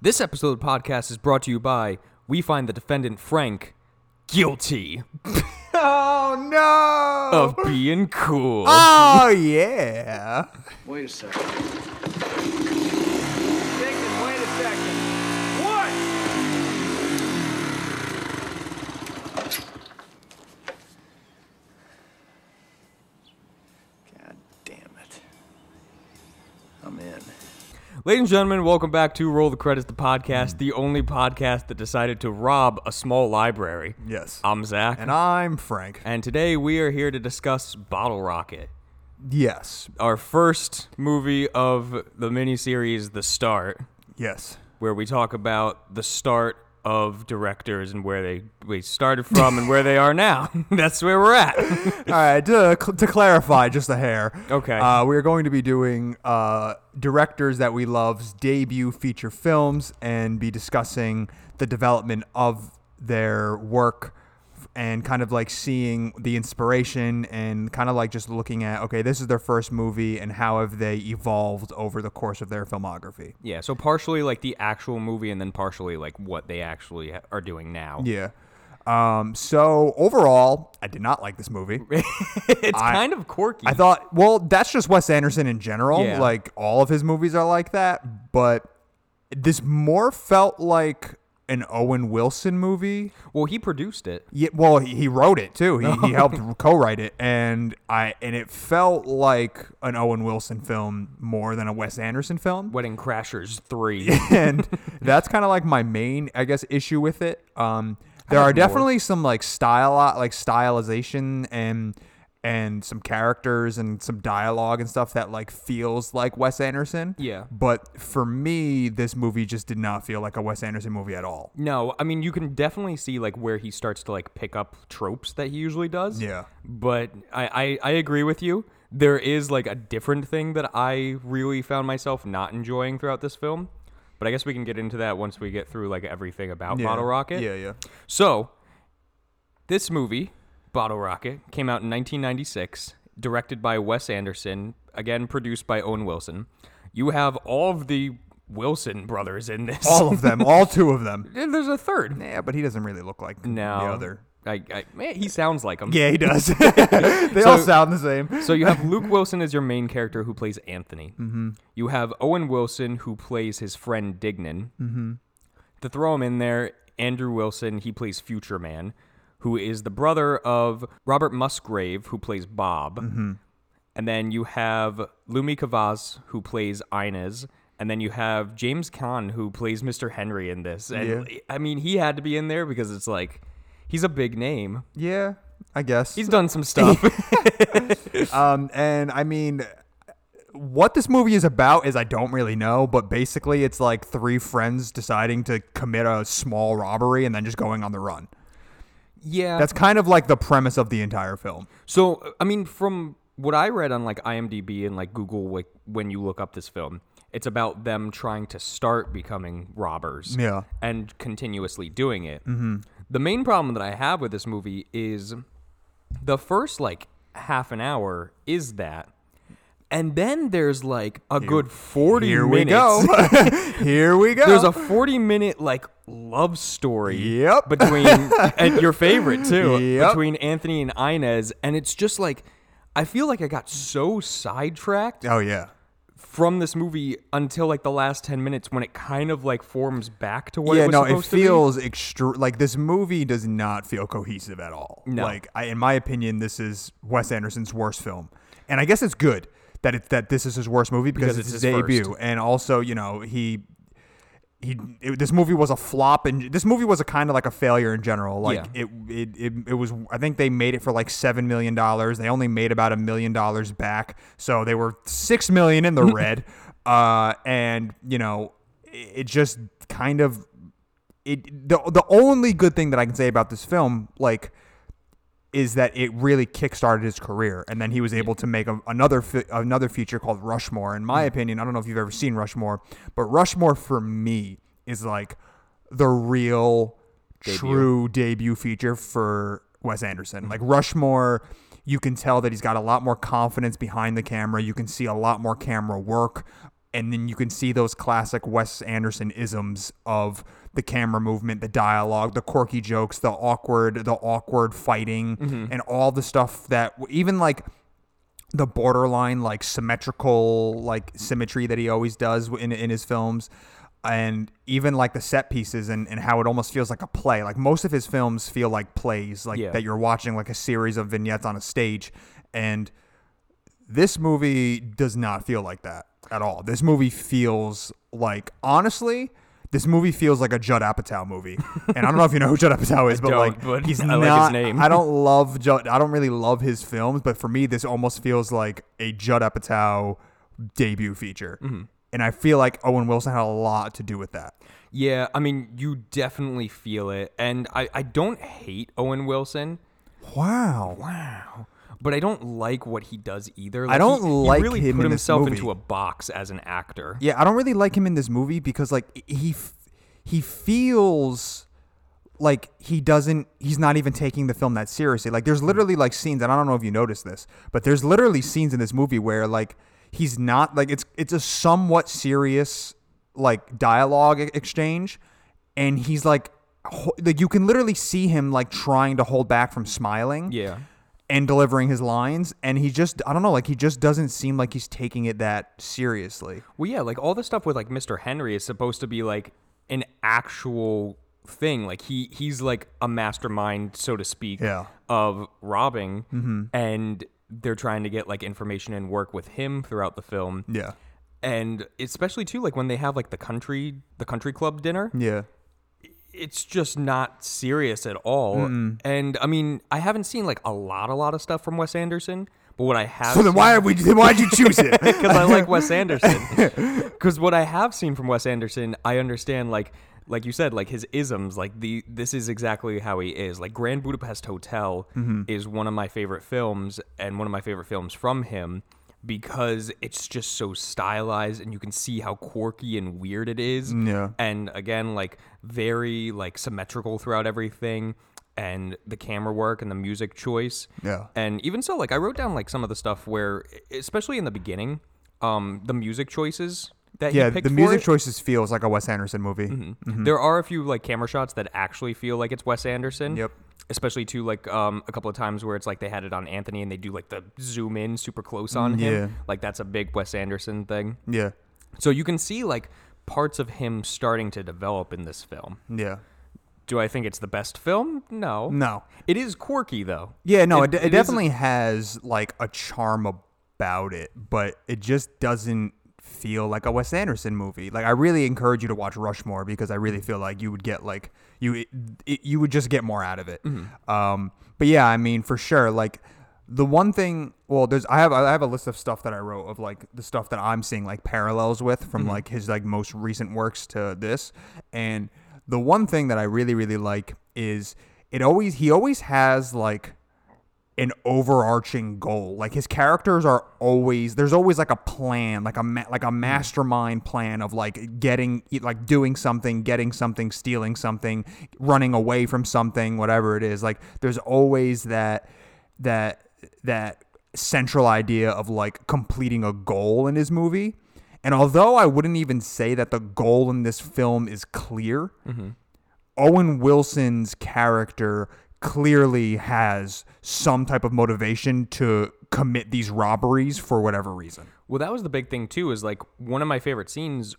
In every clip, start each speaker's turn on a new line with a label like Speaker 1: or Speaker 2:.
Speaker 1: This episode of the podcast is brought to you by We Find the Defendant Frank Guilty
Speaker 2: Oh no!
Speaker 1: of Being Cool.
Speaker 2: Oh yeah!
Speaker 3: Wait a second. Second, wait a second. What? God damn it. I'm in.
Speaker 1: Ladies and gentlemen, welcome back to Roll the Credits, the podcast, the only podcast that decided to rob a small library.
Speaker 2: Yes.
Speaker 1: I'm Zach.
Speaker 2: and I'm Frank.
Speaker 1: and today we are here to discuss Bottle Rocket,
Speaker 2: Yes.
Speaker 1: our first movie of the miniseries The Start,
Speaker 2: Yes.
Speaker 1: where we talk about the start of directors and where they we started from and where they are now. That's where we're at.
Speaker 2: All right. To, to clarify, just a hair.
Speaker 1: Okay.
Speaker 2: Uh, we are going to be doing uh, directors that we love's debut feature films and be discussing the development of their work and kind of like seeing the inspiration and kind of like just looking at okay this is their first movie and how have they evolved over the course of their filmography
Speaker 1: Yeah, so partially like the actual movie, and then partially like what they actually ha- are doing now.
Speaker 2: Yeah. Um, so overall, I did not like this movie.
Speaker 1: it's kind of quirky.
Speaker 2: I thought, well, that's just Wes Anderson in general.
Speaker 1: Yeah.
Speaker 2: Like all of his movies are like that, but this more felt like an Owen Wilson movie.
Speaker 1: well, he produced it.
Speaker 2: Yeah, well, he he wrote it too. He, he helped co-write it, and I and it felt like an Owen Wilson film more than a Wes Anderson film.
Speaker 1: Wedding Crashers three.
Speaker 2: and that's kind of like my main, I guess, issue with it. Um, there
Speaker 1: have
Speaker 2: are
Speaker 1: more.
Speaker 2: definitely some like style, uh, like stylization and and some characters and some dialogue and stuff that like feels like Wes Anderson.
Speaker 1: Yeah.
Speaker 2: But for me, this movie just did not feel like a Wes Anderson movie at all.
Speaker 1: no, I mean you can definitely see like where he starts to like pick up tropes that he usually does.
Speaker 2: Yeah.
Speaker 1: but I I, I agree with you. There is like a different thing that I really found myself not enjoying throughout this film. But I guess we can get into that once we get through like everything about Bottle Rocket.
Speaker 2: Yeah, yeah.
Speaker 1: So, this movie, Bottle Rocket, came out in 1996, directed by Wes Anderson, again produced by Owen Wilson. You have all of the Wilson brothers in this.
Speaker 2: All of them, all two of them.
Speaker 1: And there's a third.
Speaker 2: Yeah, but he doesn't really look like
Speaker 1: No.
Speaker 2: the other.
Speaker 1: I, I, man, he sounds like him.
Speaker 2: Yeah, he does. they all sound the same.
Speaker 1: So you have Luke Wilson as your main character who plays Anthony. Mm-hmm. You have Owen Wilson who plays his friend Dignan. Mm-hmm. To throw him in there, Andrew Wilson he plays Future Man, who is the brother of Robert Musgrave who plays Bob. And then you have Lumi Kavaz who plays Inez. And then you have James Caan who plays Mr. Henry in this. And I mean, he had to be in there because it's like he's a big name.
Speaker 2: Yeah, I guess.
Speaker 1: He's done some stuff.
Speaker 2: Um, and I mean, what this movie is about is I don't really know, but basically it's like three friends deciding to commit a small robbery and then just going on the run.
Speaker 1: yeah.
Speaker 2: That's kind of like the premise of the entire film.
Speaker 1: So, I mean, from what I read on like IMDb and like Google, like when you look up this film, it's about them trying to start becoming robbers,
Speaker 2: Yeah.
Speaker 1: and continuously doing it. Mm-hmm. The main problem that I have with this movie is the first like half an hour is that, and then there's like a good forty
Speaker 2: Here we
Speaker 1: minutes.
Speaker 2: go. Here we go.
Speaker 1: There's a 40 minute like love story
Speaker 2: Yep.
Speaker 1: between and your favorite too
Speaker 2: Yep.
Speaker 1: between Anthony and Inez and it's just like I feel like I got so sidetracked
Speaker 2: oh yeah.
Speaker 1: from this movie until like the last 10 minutes when it kind of like forms back to what
Speaker 2: yeah,
Speaker 1: it was
Speaker 2: no, it
Speaker 1: supposed to
Speaker 2: feels extru like this movie does not feel cohesive at all.
Speaker 1: No.
Speaker 2: Like I, in my opinion, this is Wes Anderson's worst film, and I guess it's good that it, that this is his worst movie because,
Speaker 1: Because
Speaker 2: it's,
Speaker 1: it's
Speaker 2: his,
Speaker 1: his
Speaker 2: debut, and also you know he. He, it, this movie was a flop, and this movie was a kind of like a failure in general. Like
Speaker 1: Yeah.
Speaker 2: it, it, it, it was. I think they made it for like seven million dollars. They only made about a million dollars back, so they were six million in the red. Uh, and you know, it, it just kind of it the the only good thing that I can say about this film, like, is that it really kickstarted his career, and then he was able to make a, another fi- another feature called Rushmore. In my opinion, I don't know if you've ever seen Rushmore, but Rushmore for me is like the real, true debut feature for Wes Anderson. Like Rushmore. You can tell that he's got a lot more confidence behind the camera. You can see a lot more camera work and then you can see those classic Wes Anderson isms of the camera movement, the dialogue, the quirky jokes, the awkward, the awkward fighting, and all the stuff that even like the borderline like symmetrical like symmetry that he always does in in his films and even like the set pieces and, and how it almost feels like a play like most of his films feel like plays like
Speaker 1: Yeah.
Speaker 2: that you're watching like a series of vignettes on a stage and this movie does not feel like that at all this movie feels like honestly this movie feels like a Judd Apatow movie, and I don't know if you know who Judd Apatow is, but
Speaker 1: don't,
Speaker 2: like
Speaker 1: but
Speaker 2: he's
Speaker 1: I
Speaker 2: not.
Speaker 1: like his name.
Speaker 2: I don't don't love Judd. I don't really love his films, but for me, this almost feels like a Judd Apatow debut feature,
Speaker 1: Mm-hmm.
Speaker 2: and I feel like Owen Wilson had a lot to do with that.
Speaker 1: Yeah, I mean, you definitely feel it. And I, I don't hate Owen Wilson,
Speaker 2: Wow,
Speaker 1: Wow. But I don't like what he does either.
Speaker 2: I don't
Speaker 1: he,
Speaker 2: like
Speaker 1: he really
Speaker 2: him
Speaker 1: put
Speaker 2: in this
Speaker 1: himself
Speaker 2: movie.
Speaker 1: into a box as an actor.
Speaker 2: Yeah, I don't really like him in this movie because like he f- he feels like he doesn't he's not even taking the film that seriously. Like there's literally like scenes and I don't know if you noticed this, but there's literally scenes in this movie where like he's not like it's it's a somewhat serious like dialogue e- exchange and he's like ho- like you can literally see him like trying to hold back from smiling
Speaker 1: Yeah.
Speaker 2: and delivering his lines and he just I don't know like he just doesn't seem like he's taking it that seriously.
Speaker 1: Well, yeah, like all the stuff with like Mr. Henry is supposed to be like an actual thing. Like he he's like a mastermind, so to speak,
Speaker 2: Yeah.
Speaker 1: of robbing, and they're trying to get like information and work with him throughout the film.
Speaker 2: Yeah.
Speaker 1: And especially too, like when they have like the country the country club dinner.
Speaker 2: Yeah.
Speaker 1: it's just not serious at all. And I mean, I haven't seen like a lot, a lot of stuff from Wes Anderson, but what I have.
Speaker 2: So then why are we? Then why'd you choose it?
Speaker 1: Because I like Wes Anderson. Because what I have seen from Wes Anderson, I understand like. Like you said, like his isms, like the this is exactly how he is. Like Grand Budapest Hotel
Speaker 2: Mm-hmm.
Speaker 1: is one of my favorite films and one of my favorite films from him because it's just so stylized and you can see how quirky and weird it is
Speaker 2: Yeah.
Speaker 1: and again like very like symmetrical throughout everything and the camera work and the music choice
Speaker 2: Yeah.
Speaker 1: and even so like i wrote down like some of the stuff where e, especially in the beginning um the music choices that
Speaker 2: yeah,
Speaker 1: he picked
Speaker 2: the
Speaker 1: for it,
Speaker 2: music mm-hmm.
Speaker 1: Mm-hmm.
Speaker 2: choices feels like a Wes Anderson movie.
Speaker 1: there are a few like camera shots that actually feel like it's wes anderson
Speaker 2: Yep.
Speaker 1: especially too like um a couple of times where it's like they had it on anthony and they do like the zoom in super close on him
Speaker 2: Mm, yeah.
Speaker 1: like that's a big wes anderson thing
Speaker 2: Yeah,
Speaker 1: so you can see like parts of him starting to develop in this film
Speaker 2: yeah.
Speaker 1: Do I think it's the best film? No.
Speaker 2: No.
Speaker 1: It is quirky though.
Speaker 2: Yeah, no, it, it,
Speaker 1: is-
Speaker 2: definitely has like a charm about it, but it just doesn't feel like a Wes Anderson movie. Like I really encourage you to watch Rushmore because I really feel like you would get like you it, it- you would just get more out of it. Um, but yeah, I mean for sure, like the one thing well there's i have i have a list of stuff that i wrote of like the stuff that i'm seeing like parallels with from like his like most recent works to this and the one thing that i really really like is it always he always has like an overarching goal. Like his characters are always there's always like a plan, like a ma- like a mastermind plan of like getting e, like doing something, getting something, stealing something, running away from something, whatever it is. Like there's always that that that central idea of like completing a goal in his movie. And although I wouldn't even say that the goal in this film is clear, Owen Wilson's character clearly has some type of motivation to commit these robberies for whatever reason.
Speaker 1: Well, that was the big thing too. Is like one of my favorite scenes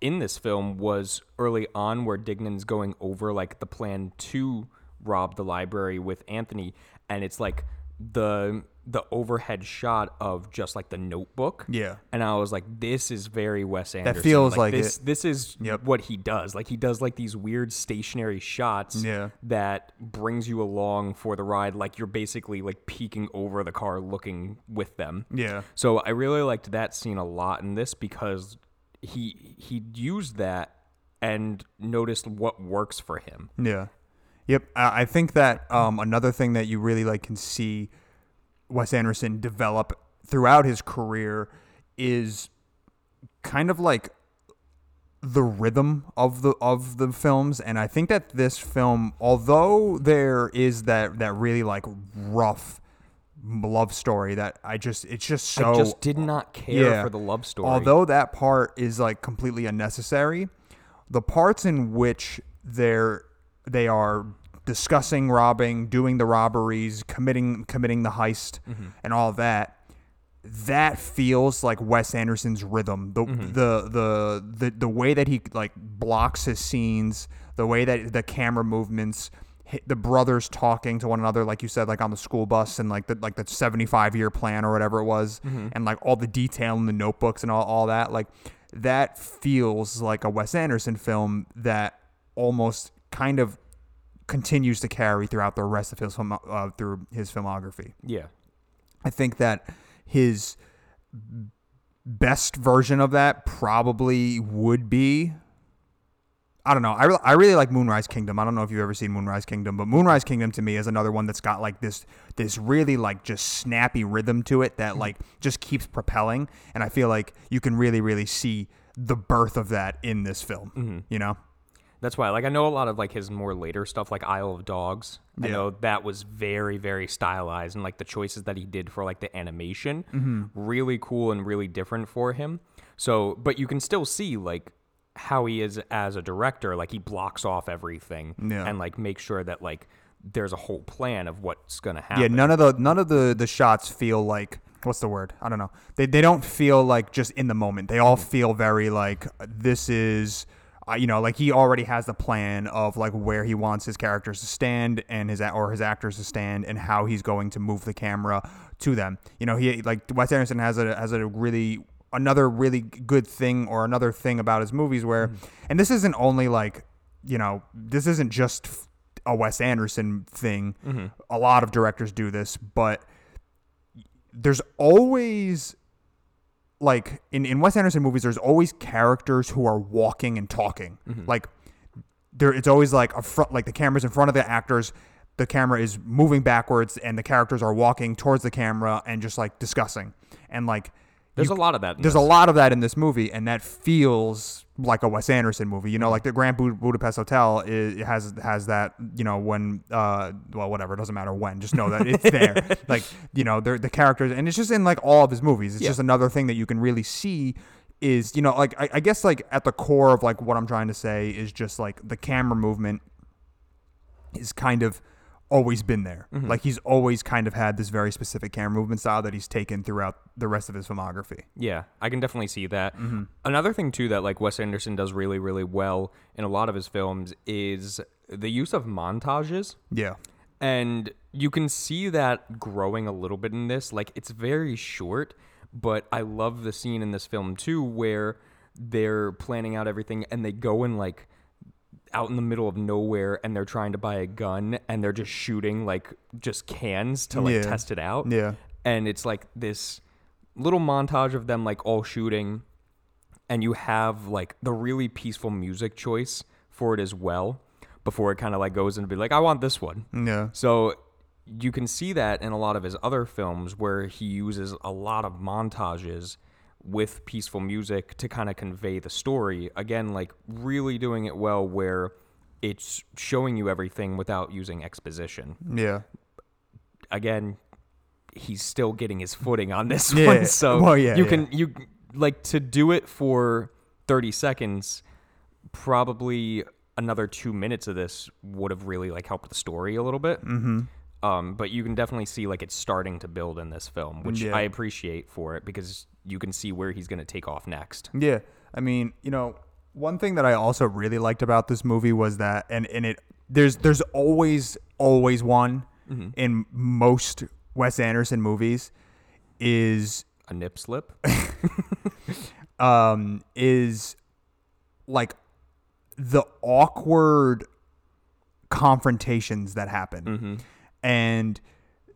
Speaker 1: in this film was early on where Dignan's going over like the plan to rob the library with Anthony, and it's like the the overhead shot of just like the notebook.
Speaker 2: Yeah.
Speaker 1: And I was like, this is very Wes Anderson.
Speaker 2: feels like
Speaker 1: this.
Speaker 2: it.
Speaker 1: This is
Speaker 2: Yep.
Speaker 1: what he does. Like he does like these weird stationary shots.
Speaker 2: Yeah.
Speaker 1: that brings you along for the ride like you're basically like peeking over the car looking with them
Speaker 2: Yeah.
Speaker 1: so i really liked that scene a lot in this because he he used that and noticed what works for him
Speaker 2: Yeah. Yep. I I think that um, another thing that you really like can see Wes Anderson develop throughout his career is kind of like the rhythm of the of the films and I think that this film although there is that that really like rough love story that I just it's just so
Speaker 1: I just did not care for the love story.
Speaker 2: Although that part is like completely unnecessary, the parts in which they're they are discussing robbing, doing the robberies, committing committing the heist and all that, that feels like Wes Anderson's rhythm. The, the the the the way that he like blocks his scenes, the way that the camera movements, hi- the brothers talking to one another, like you said, like on the school bus and like the like the seventy five year plan or whatever it was, and like all the detail in the notebooks and all all that, like that feels like a Wes Anderson film that almost kind of continues to carry throughout the rest of his film uh, through his filmography.
Speaker 1: yeah.
Speaker 2: I think that his best version of that probably would be. I don't know. I, re- I really like Moonrise Kingdom. I don't know if you've ever seen Moonrise Kingdom, but Moonrise Kingdom to me is another one that's got like this this really like just snappy rhythm to it that like just keeps propelling. And I feel like you can really really see the birth of that in this film. You know,
Speaker 1: That's why, like, I know a lot of like his more later stuff, like Isle of Dogs. I
Speaker 2: Yeah.
Speaker 1: know that was very, very stylized, and like the choices that he did for like the animation,
Speaker 2: Mm-hmm.
Speaker 1: really cool and really different for him. So, but you can still see like how he is as a director. Like he blocks off everything
Speaker 2: Yeah.
Speaker 1: and like makes sure that like there's a whole plan of what's gonna happen.
Speaker 2: Yeah, none of the none of the the shots feel like what's the word? I don't know. They they don't feel like just in the moment. They all feel very like this is uh, you know, like he already has the plan of like where he wants his characters to stand and his a- or his actors to stand and how he's going to move the camera to them. You know, he like Wes Anderson has a has a really another really good thing or another thing about his movies where and this isn't only like, you know, this isn't just f- a Wes Anderson thing. A lot of directors do this, but there's always like in, in Wes Anderson movies, there's always characters who are walking and talking. Like there it's always like a front like the camera's in front of the actors, the camera is moving backwards and the characters are walking towards the camera and just like discussing. And like
Speaker 1: there's
Speaker 2: you-
Speaker 1: a lot of that. in
Speaker 2: there's
Speaker 1: this.
Speaker 2: a lot of that in this movie, and that feels like a Wes Anderson movie. You
Speaker 1: Mm-hmm.
Speaker 2: know, like the Grand Bud- Budapest Hotel is, has has that. You know, when uh, well, whatever, it doesn't matter when. Just know that it's there. like you know, they're, the characters, and it's just in like all of his movies. It's
Speaker 1: Yeah.
Speaker 2: just another thing that you can really see is you know, like I, I guess like at the core of like what I'm trying to say is just like the camera movement is kind of always been there.
Speaker 1: Mm-hmm.
Speaker 2: Like he's always kind of had this very specific camera movement style that he's taken throughout the rest of his filmography.
Speaker 1: Yeah, I can definitely see that.
Speaker 2: Mm-hmm.
Speaker 1: Another thing too that like Wes Anderson does really really well in a lot of his films is the use of montages
Speaker 2: Yeah.
Speaker 1: and you can see that growing a little bit in this. Like it's very short, but I love the scene in this film too where they're planning out everything and they go in like out in the middle of nowhere and they're trying to buy a gun and they're just shooting like just cans to like
Speaker 2: Yeah.
Speaker 1: test it out.
Speaker 2: Yeah.
Speaker 1: And it's like this little montage of them like all shooting and you have like the really peaceful music choice for it as well before it kind of like goes and be like I want this one.
Speaker 2: Yeah.
Speaker 1: So you can see that in a lot of his other films where he uses a lot of montages with peaceful music to kind of convey the story. Again, like really doing it well where it's showing you everything without using exposition.
Speaker 2: Yeah.
Speaker 1: Again, he's still getting his footing on this
Speaker 2: Yeah.
Speaker 1: one. So
Speaker 2: Well, yeah,
Speaker 1: you
Speaker 2: yeah.
Speaker 1: can you like to do it for 30 seconds probably another two minutes of this would have really like helped the story a little bit mm-hmm. um, but you can definitely see like it's starting to build in this film which
Speaker 2: Yeah.
Speaker 1: i appreciate for it because you can see where he's going to take off next
Speaker 2: Yeah. I mean, you know, one thing that I also really liked about this movie was that and and it there's there's always always one in most Wes Anderson movies is
Speaker 1: a nip slip
Speaker 2: um is like the awkward confrontations that happen and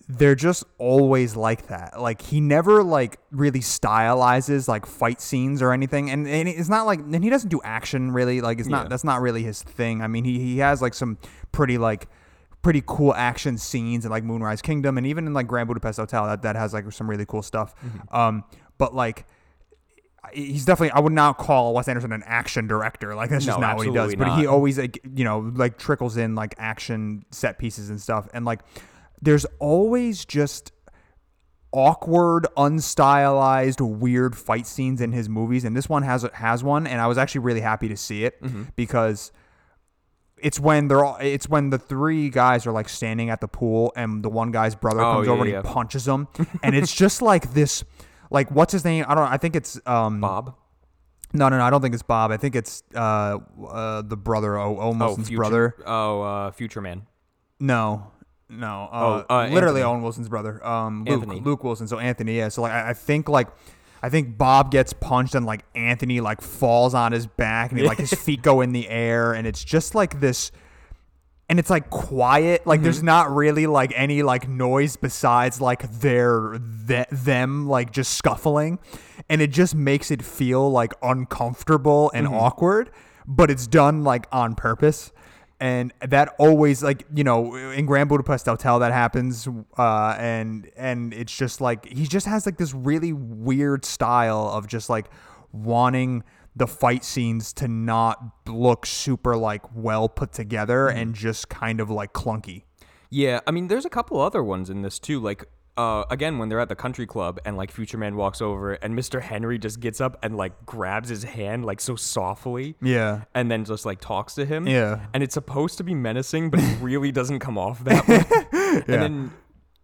Speaker 2: they're just always like that like he never like really stylizes like fight scenes or anything and, and it's not like and he doesn't do action really like it's not
Speaker 1: Yeah.
Speaker 2: that's not really his thing i mean he, he has like some pretty like pretty cool action scenes in like moonrise kingdom and even in like grand budapest hotel that, that has like some really cool stuff um but like he's definitely I would not call Wes Anderson an action director. Like that's just
Speaker 1: No,
Speaker 2: not what he does.
Speaker 1: absolutely
Speaker 2: But he
Speaker 1: not.
Speaker 2: always like you know like trickles in like action set pieces and stuff. And like there's always just awkward, unstylized, weird fight scenes in his movies, and this one has has one, and I was actually really happy to see it
Speaker 1: Mm-hmm.
Speaker 2: because it's when they're all it's when the three guys are like standing at the pool and the one guy's brother
Speaker 1: Oh,
Speaker 2: comes
Speaker 1: yeah,
Speaker 2: over
Speaker 1: yeah.
Speaker 2: and he punches him and it's just like this like what's his name i don't i think it's um
Speaker 1: Bob.
Speaker 2: no no no i don't think it's bob i think it's uh uh the brother oh Owen wilson's
Speaker 1: future,
Speaker 2: brother
Speaker 1: Oh, uh, future man.
Speaker 2: no no uh,
Speaker 1: Oh, uh,
Speaker 2: literally
Speaker 1: Anthony.
Speaker 2: owen wilson's brother um luke,
Speaker 1: Anthony.
Speaker 2: luke wilson so anthony yeah so like i, I think like I think Bob gets punched and like Anthony like falls on his back and he, like his feet go in the air and it's just like this and it's like quiet like there's not really like any like noise besides like their th- them like just scuffling and it just makes it feel like uncomfortable and awkward but it's done like on purpose and that always like you know in grand budapest hotel that happens uh and and it's just like he just has like this really weird style of just like wanting the fight scenes to not look super like well put together
Speaker 1: Mm-hmm.
Speaker 2: and just kind of like clunky.
Speaker 1: Yeah, I mean, there's a couple other ones in this too. Like, uh, again, when they're at the country club and like Future Man walks over and Mr. Henry just gets up and like grabs his hand like so softly.
Speaker 2: Yeah.
Speaker 1: And then just like talks to him.
Speaker 2: Yeah.
Speaker 1: And it's supposed to be menacing, but it really doesn't come off that way. And then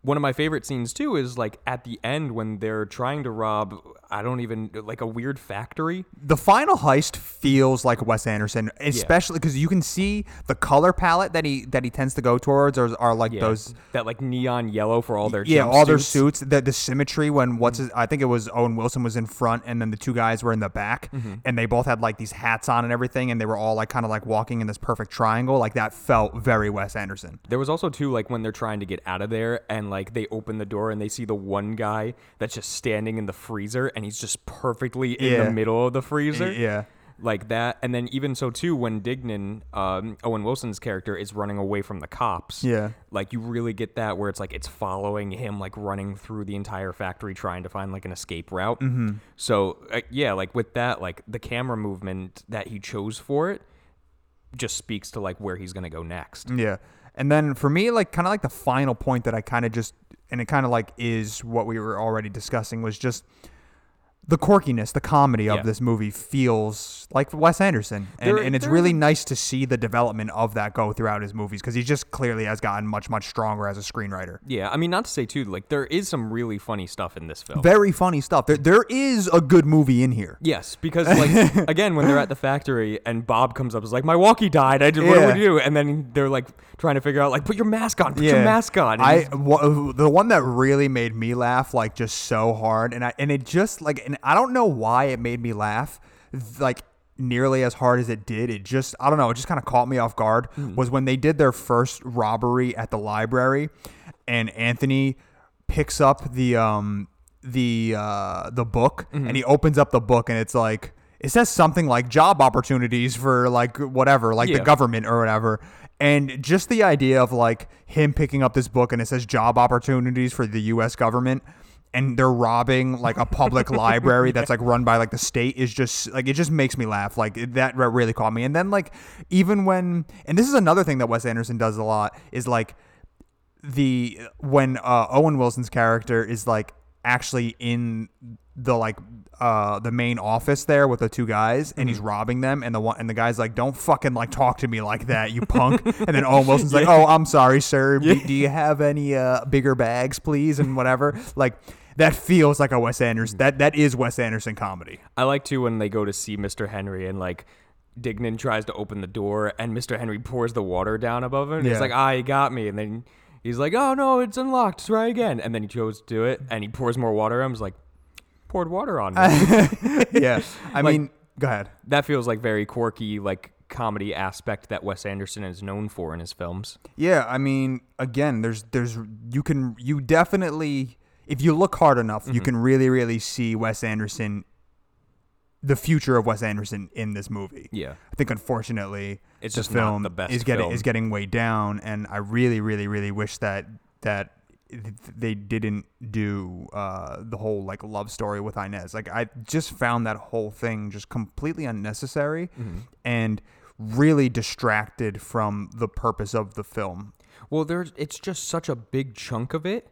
Speaker 1: one of my favorite scenes too is like at the end when they're trying to rob, I don't even, like a weird factory.
Speaker 2: The final heist feels like Wes Anderson, especially because you can see the color palette that he that he tends to go towards are, are like
Speaker 1: Yeah,
Speaker 2: those
Speaker 1: that like neon yellow for all their
Speaker 2: yeah all their
Speaker 1: jumpsuits. Mm-hmm.
Speaker 2: suits the, the symmetry when what's his, I think it was Owen Wilson was in front and then the two guys were in the back
Speaker 1: Mm-hmm.
Speaker 2: and they both had like these hats on and everything and they were all like kind of like walking in this perfect triangle like that felt very Wes Anderson.
Speaker 1: There was also too like when they're trying to get out of there and like they open the door and they see the one guy that's just standing in the freezer and he's just perfectly in
Speaker 2: Yeah.
Speaker 1: the middle of the freezer.
Speaker 2: Yeah.
Speaker 1: Like that. And then even so too when Dignan, um, Owen Wilson's character is running away from the cops.
Speaker 2: Yeah.
Speaker 1: Like you really get that where it's like it's following him like running through the entire factory trying to find like an escape route. Mm-hmm. So uh, yeah, like with that like the camera movement that he chose for it just speaks to like where he's going to go next.
Speaker 2: Yeah. And then for me, like kind of like the final point that I kind of just and it kind of like is what we were already discussing was just the quirkiness, the comedy of
Speaker 1: Yeah.
Speaker 2: this movie feels like Wes Anderson. And,
Speaker 1: There-
Speaker 2: and it's
Speaker 1: there
Speaker 2: really nice to see the development of that go throughout his movies because he just clearly has gotten much, much stronger as a screenwriter.
Speaker 1: Yeah, I mean, not to say too, like there is some really funny stuff in this film.
Speaker 2: Very funny stuff. There, there is a good movie in here.
Speaker 1: yes, because like again, when they're at the factory and Bob comes up, is like, "My walkie died. I did. What
Speaker 2: Yeah.
Speaker 1: do we do?" And then they're like trying to figure out, like, "Put your mask on. Put your mask on." And
Speaker 2: I
Speaker 1: he's-
Speaker 2: wha- uh, the one that really made me laugh like just so hard, and I and it just like and I don't know why it made me laugh like nearly as hard as it did. It just I don't know. It just kind of caught me off guard.
Speaker 1: Hmm.
Speaker 2: Was when they did their first robbery at the library, and Anthony picks up the um the uh the book
Speaker 1: Mm-hmm.
Speaker 2: and he opens up the book and it's like. It says something like job opportunities for like whatever, like the
Speaker 1: Yeah.
Speaker 2: government government or whatever. And just the idea of like him picking up this book and it says job opportunities for the US government and they're robbing like a public library that's like run by like the state is just like it just makes me laugh like it- that re- really caught me and then like even when and this is another thing that Wes Anderson does a lot is like the when uh, Owen Wilson's character is like actually in the like uh the main office there with the two guys and he's robbing them and the one and the guy's like don't fucking like talk to me like that you punk and then Owen Wilson's like oh I'm sorry sir do, do you have any uh bigger bags please and whatever like that feels like a Wes Anderson that that is Wes Anderson comedy
Speaker 1: I like too when they go to see Mr. Henry and like Dignan tries to open the door and Mr. Henry pours the water down above him. And
Speaker 2: Yeah.
Speaker 1: He's like, "Ah, he got me," and then he's like, "Oh no, it's unlocked. Try again." And then he chose to do it, and he pours more water. I was like, "Poured water on me."
Speaker 2: yeah I
Speaker 1: Like-
Speaker 2: mean go ahead
Speaker 1: that feels like very quirky like comedy aspect that Wes Anderson is known for in his films.
Speaker 2: Yeah, I mean, again, there's there's you can you definitely if you look hard enough, you can really really see Wes Anderson the future of Wes Anderson in this movie.
Speaker 1: Yeah.
Speaker 2: I think unfortunately
Speaker 1: It's
Speaker 2: the
Speaker 1: just not
Speaker 2: film
Speaker 1: the best
Speaker 2: is getting
Speaker 1: film.
Speaker 2: is getting way down and I really really really wish that that they didn't do uh, the whole like love story with Inez. Like I just found that whole thing just completely unnecessary
Speaker 1: Mm-hmm.
Speaker 2: and really distracted from the purpose of the film.
Speaker 1: Well, there's it's just such a big chunk of it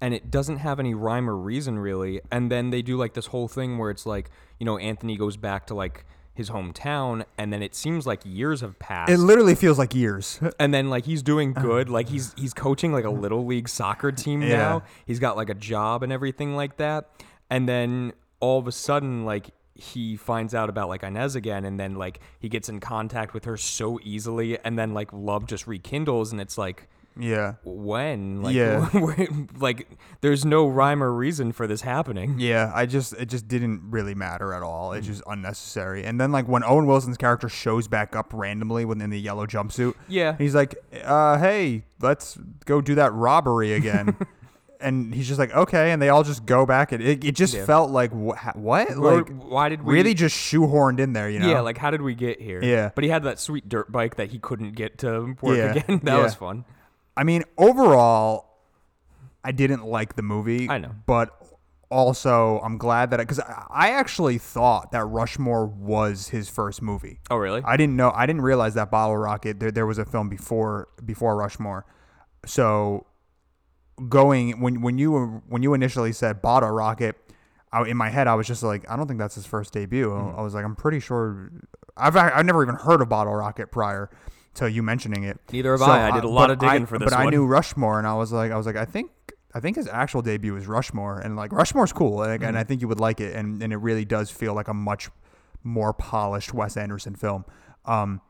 Speaker 1: and it doesn't have any rhyme or reason really. And then they do like this whole thing where it's like, you know, Anthony goes back to like his hometown and then it seems like years have passed.
Speaker 2: It literally feels like years.
Speaker 1: and then like he's doing good, like he's he's coaching like a little league soccer team
Speaker 2: Uh-huh. Yeah.
Speaker 1: now. He's got like a job and everything like that. And then all of a sudden like he finds out about like Inez again and then like he gets in contact with her so easily and then like love just rekindles and it's like
Speaker 2: Yeah.
Speaker 1: when like
Speaker 2: Yeah.
Speaker 1: when- like there's no rhyme or reason for this happening
Speaker 2: Yeah, I just it just didn't really matter at all.
Speaker 1: Mm-hmm.
Speaker 2: It's just unnecessary. And then like when Owen Wilson's character shows back up randomly within the yellow jumpsuit,
Speaker 1: Yeah.
Speaker 2: he's like, uh, "Hey, let's go do that robbery again." and he's just like, "Okay," and they all just go back. And it, it just
Speaker 1: Yeah.
Speaker 2: felt like wha- what?
Speaker 1: Or
Speaker 2: Like
Speaker 1: why did we
Speaker 2: really just shoehorned in there, you know?
Speaker 1: yeah like how did we get here
Speaker 2: Yeah.
Speaker 1: but he had that sweet dirt bike that he couldn't get to work
Speaker 2: Yeah.
Speaker 1: again that
Speaker 2: Yeah.
Speaker 1: was fun
Speaker 2: I mean, overall, I didn't like the movie.
Speaker 1: I know.
Speaker 2: but also I'm glad that because I, I actually thought that Rushmore was his first movie.
Speaker 1: oh really
Speaker 2: I didn't know. I didn't realize that Bottle Rocket. There, there was a film before before Rushmore. So going when when you were- when you initially said Bottle Rocket, I, in my head I was just like, I don't think that's his first debut. I-
Speaker 1: Mm-hmm.
Speaker 2: I was like, I'm pretty sure. I've ac- I've never even heard of Bottle Rocket prior to you mentioning it.
Speaker 1: Neither have I. I did a lot
Speaker 2: but
Speaker 1: of digging
Speaker 2: I-
Speaker 1: for this
Speaker 2: But I
Speaker 1: one.
Speaker 2: knew Rushmore, and I was like, I was like, I think. I think his actual debut is Rushmore, and like Rushmore's cool, and,
Speaker 1: Mm-hmm.
Speaker 2: and I think you would like it, and, and it really does feel like a much more polished Wes Anderson film. Um,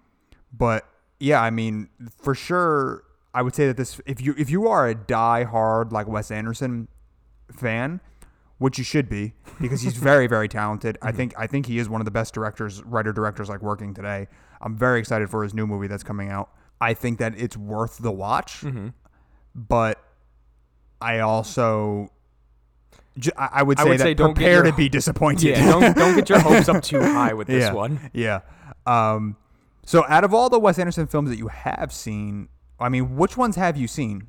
Speaker 2: but yeah, I mean, for sure, I would say that this if you if you are a die hard like Wes Anderson fan, which you should be because he's very very talented. I think I think he is one of the best directors, writer directors like working today. I'm very excited for his new movie that's coming out. I think that it's worth the watch,
Speaker 1: Mm-hmm.
Speaker 2: but I also. ju- I I would
Speaker 1: I
Speaker 2: say
Speaker 1: would
Speaker 2: that
Speaker 1: say don't get
Speaker 2: prepare
Speaker 1: your-
Speaker 2: to be disappointed.
Speaker 1: yeah don't don't get your hopes up too high with this
Speaker 2: yeah.
Speaker 1: one
Speaker 2: Yeah. Um, so out of all the Wes Anderson films that you have seen, I mean, which ones have you seen?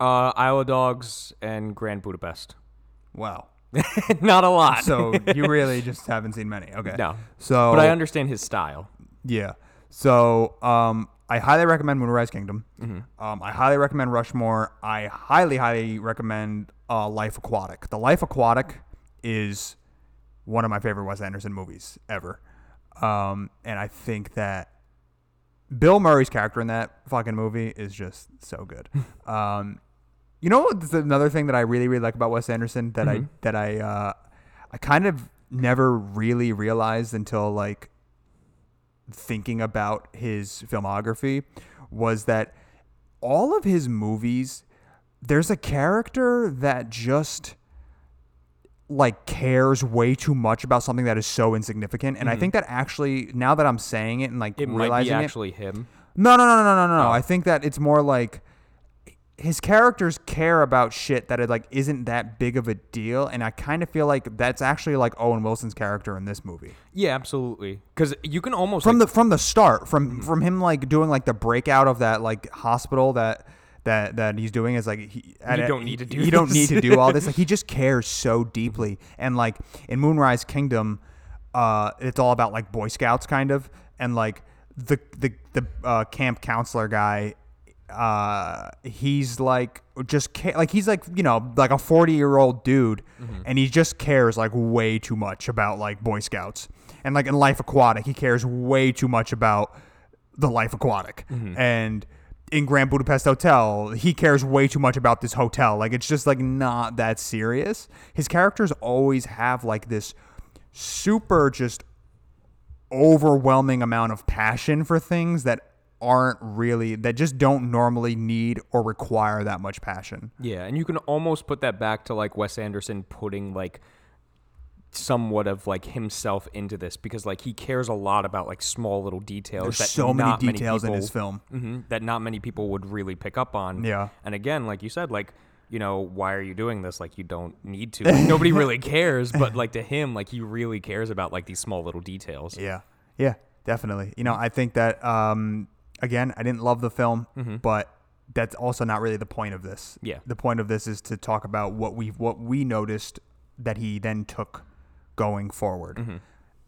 Speaker 1: uh isle of dogs and grand budapest
Speaker 2: Wow.
Speaker 1: not a lot
Speaker 2: So you really just haven't seen many. Okay.
Speaker 1: No.
Speaker 2: So
Speaker 1: but i understand his style
Speaker 2: Yeah. So um, I highly recommend Moonrise Kingdom.
Speaker 1: Mm-hmm.
Speaker 2: Um, I highly recommend Rushmore. I highly, highly recommend uh, Life Aquatic. The Life Aquatic is one of my favorite Wes Anderson movies ever. Um, and I think that Bill Murray's character in that fucking movie is just so good. um, you know, what's another thing that I really, really like about Wes Anderson that
Speaker 1: Mm-hmm.
Speaker 2: I that I uh, I kind of never really realized until like thinking about his filmography was that all of his movies, there's a character that just like cares way too much about something that is so insignificant. And I think that actually, now that I'm saying it and like
Speaker 1: Mm-hmm. it might be
Speaker 2: realizing it,
Speaker 1: actually him
Speaker 2: no, no, no, no, no, no, no. I think that it's more like his characters care about shit that it like isn't that big of a deal, and I kind of feel like that's actually like Owen Wilson's character in this movie
Speaker 1: yeah absolutely because you can almost
Speaker 2: from
Speaker 1: like,
Speaker 2: the from the start from from him like doing like the breakout of that like hospital that that that he's doing is like he at
Speaker 1: You
Speaker 2: a-
Speaker 1: don't need to do
Speaker 2: you don't need
Speaker 1: this.
Speaker 2: to do all this like he just cares so deeply and like in Moonrise Kingdom uh it's all about like boy scouts kind of and like the the the uh, camp counselor guy uh he's like just ca- like he's like you know like a 40 year old dude
Speaker 1: Mm-hmm.
Speaker 2: and he just cares like way too much about like boy scouts and like in life aquatic he cares way too much about the life aquatic
Speaker 1: Mm-hmm.
Speaker 2: and in grand budapest hotel he cares way too much about this hotel like it's just like not that serious his characters always have like this super just overwhelming amount of passion for things that aren't really that just don't normally need or require that much passion.
Speaker 1: Yeah, and you can almost put that back to like Wes Anderson putting like somewhat of like himself into this because like he cares a lot about like small little details.
Speaker 2: There's
Speaker 1: that
Speaker 2: so many
Speaker 1: not
Speaker 2: details in
Speaker 1: people-
Speaker 2: his film.
Speaker 1: Mhm, that not many people would really pick up on.
Speaker 2: Yeah.
Speaker 1: and again, like you said, like you know, why are you doing this? Like you don't need to. Like, nobody really cares, but like to him, like he really cares about like these small little details.
Speaker 2: Yeah. Yeah, definitely. You know, I think that um again, I didn't love the film, but that's also not really the point of this.
Speaker 1: Mm-hmm. Yeah.
Speaker 2: The point of this is to talk about what we what we noticed that he then took going forward.
Speaker 1: Mm-hmm.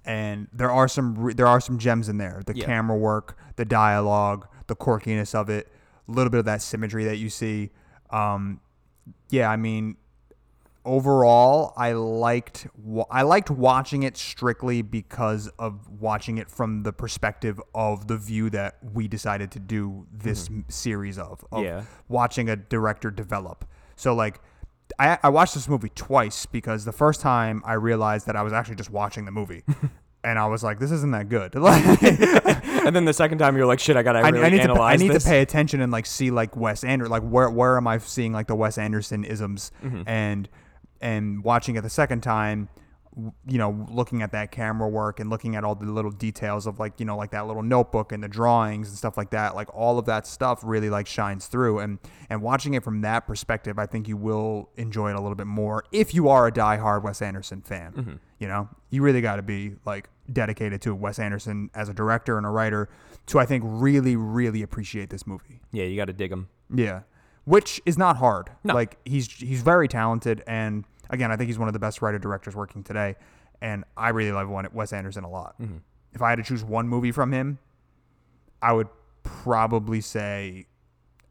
Speaker 2: And there are some re- there are some gems in there. The
Speaker 1: Yeah.
Speaker 2: camera work, the dialogue, the quirkiness of it, a little bit of that symmetry that you see. Um yeah, I mean, overall, I liked wa- I liked watching it strictly because of watching it from the perspective of the view that we decided to do this m series of, of
Speaker 1: Yeah.
Speaker 2: watching a director develop. So like I, I watched this movie twice because the first time I realized that I was actually just watching the movie. and I was like, this isn't that good. Like,
Speaker 1: And then the second time you're like, shit, I gotta
Speaker 2: I,
Speaker 1: really
Speaker 2: I need, to, I
Speaker 1: analyze
Speaker 2: need to
Speaker 1: this.
Speaker 2: pay attention and like see like Wes Anderson, like where where am I seeing like the Wes Anderson isms
Speaker 1: Mm-hmm.
Speaker 2: and and watching it the second time, w- you know, looking at that camera work and looking at all the little details of like you know like that little notebook and the drawings and stuff like that, like all of that stuff really like shines through and and watching it from that perspective, I think you will enjoy it a little bit more if you are a diehard Wes Anderson fan.
Speaker 1: Mm-hmm.
Speaker 2: You know, you really got to be like dedicated to Wes Anderson as a director and a writer to I think really really appreciate this movie.
Speaker 1: Yeah, you gotta dig them.
Speaker 2: Yeah. Which is not hard.
Speaker 1: No.
Speaker 2: Like he's he's very talented and again, I think he's one of the best writer directors working today and I really love one- Wes Anderson a lot.
Speaker 1: Mm-hmm.
Speaker 2: If I had to choose one movie from him, I would probably say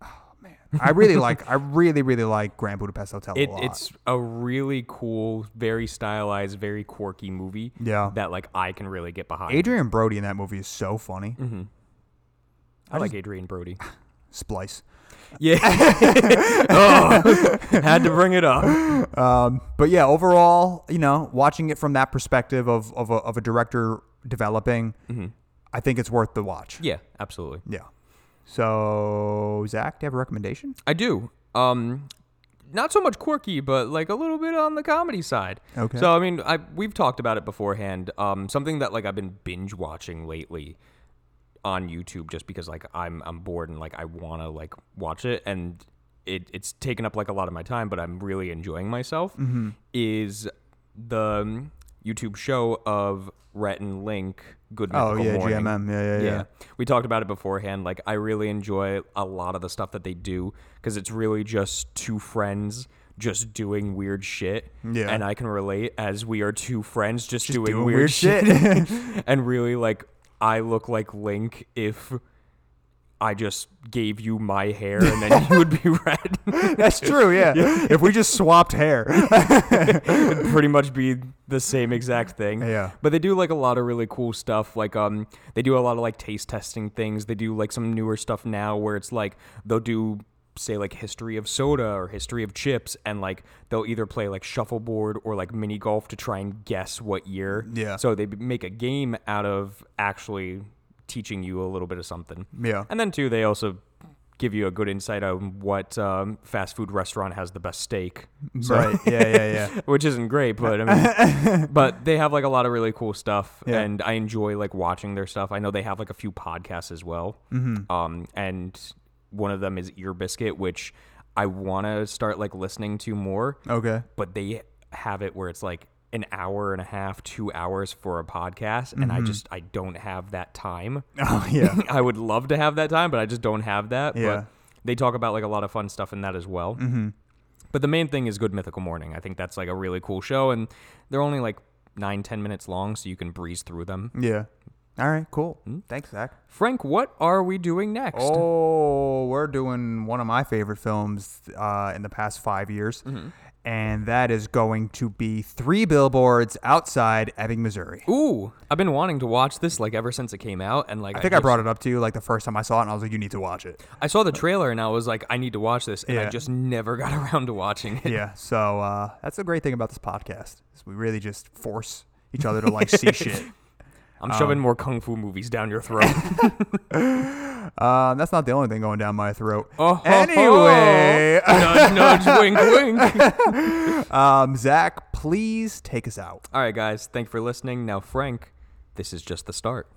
Speaker 2: oh man. I really like I really really like Grand Budapest Hotel
Speaker 1: It,
Speaker 2: a lot.
Speaker 1: it's a really cool, very stylized, very quirky movie.
Speaker 2: Yeah.
Speaker 1: That like I can really get behind.
Speaker 2: Adrian Brody in that movie is so funny.
Speaker 1: Mm-hmm. I, like Adrian Brody.
Speaker 2: Splice.
Speaker 1: yeah. oh, had to bring it up.
Speaker 2: Um, but yeah, overall, you know, watching it from that perspective of of a, of a director developing, I think it's worth the watch.
Speaker 1: Yeah, absolutely.
Speaker 2: Mm-hmm. Yeah. So, Zach, do you have a recommendation?
Speaker 1: I do. Um, not so much quirky, but like a little bit on the comedy side.
Speaker 2: Okay.
Speaker 1: So I mean, I we've talked about it beforehand. Um, something that like I've been binge watching lately on YouTube, just because like I'm I'm bored and like I wanna like watch it, and it it's taken up like a lot of my time, but I'm really enjoying myself.
Speaker 2: Mm-hmm.
Speaker 1: Is the um, YouTube show of Rhett and Link Good
Speaker 2: Oh,
Speaker 1: Mythical
Speaker 2: yeah,
Speaker 1: Morning.
Speaker 2: GMM. Yeah, yeah, yeah.
Speaker 1: We talked about it beforehand. Like, I really enjoy a lot of the stuff that they do because it's really just two friends just doing weird shit.
Speaker 2: Yeah.
Speaker 1: And I can relate as we are two friends just, doing,
Speaker 2: doing
Speaker 1: weird,
Speaker 2: weird
Speaker 1: shit.
Speaker 2: shit.
Speaker 1: and really, like, I look like Link if I just gave you my hair and then you would be red.
Speaker 2: That's true. Yeah. If we just swapped hair.
Speaker 1: It'd pretty much be the same exact thing.
Speaker 2: Yeah.
Speaker 1: But they do like a lot of really cool stuff. Like um they do a lot of like taste testing things. They do like some newer stuff now where it's like they'll do say like history of soda or history of chips and like they'll either play like shuffleboard or like mini golf to try and guess what year.
Speaker 2: Yeah.
Speaker 1: So they b- make a game out of actually teaching you a little bit of something.
Speaker 2: Yeah.
Speaker 1: And then too they also give you a good insight on what um, fast food restaurant has the best steak. So-
Speaker 2: Right. Yeah, yeah, yeah.
Speaker 1: which isn't great, but I mean, but they have like a lot of really cool stuff,
Speaker 2: Yeah.
Speaker 1: and I enjoy like watching their stuff. I know they have like a few podcasts as well, mm-hmm. um, and one of them is Ear Biscuit, which I want to start like listening to more,
Speaker 2: Okay.
Speaker 1: but they have it where it's like an hour and a half, two hours for a podcast, and I just I don't have that time.
Speaker 2: Oh, yeah.
Speaker 1: I would love to have that time, but I just don't have that.
Speaker 2: Yeah. Mm-hmm.
Speaker 1: But they talk about like a lot of fun stuff in that as well. But the main thing is Good Mythical Morning. I think that's like a really cool show, and they're only like nine, ten minutes long, so you can breeze through them.
Speaker 2: Yeah. All right, cool. Thanks, Zach.
Speaker 1: Frank, what are we doing next?
Speaker 2: Oh, we're doing one of my favorite films uh, in the past five years,
Speaker 1: Mm-hmm.
Speaker 2: and that is going to be Three Billboards Outside Ebbing, Missouri.
Speaker 1: Ooh, I've been wanting to watch this like ever since it came out, and like
Speaker 2: I think I brought it up to you like the first time I saw it, and I was like, "You need to watch it."
Speaker 1: I saw the trailer and I was like, I need to watch this, and I
Speaker 2: Yeah.
Speaker 1: just never got around to watching it.
Speaker 2: yeah. So uh, that's the great thing about this podcast is we really just force each other to like see shit.
Speaker 1: I'm shoving more kung fu movies down your throat.
Speaker 2: Um, that's not the only thing going down my throat.
Speaker 1: Oh, ho, ho.
Speaker 2: anyway,
Speaker 1: nudge, nudge, wink, wink.
Speaker 2: um, Zach, please take us out.
Speaker 1: All right, guys, thank you for listening. Now, Frank, this is just the start.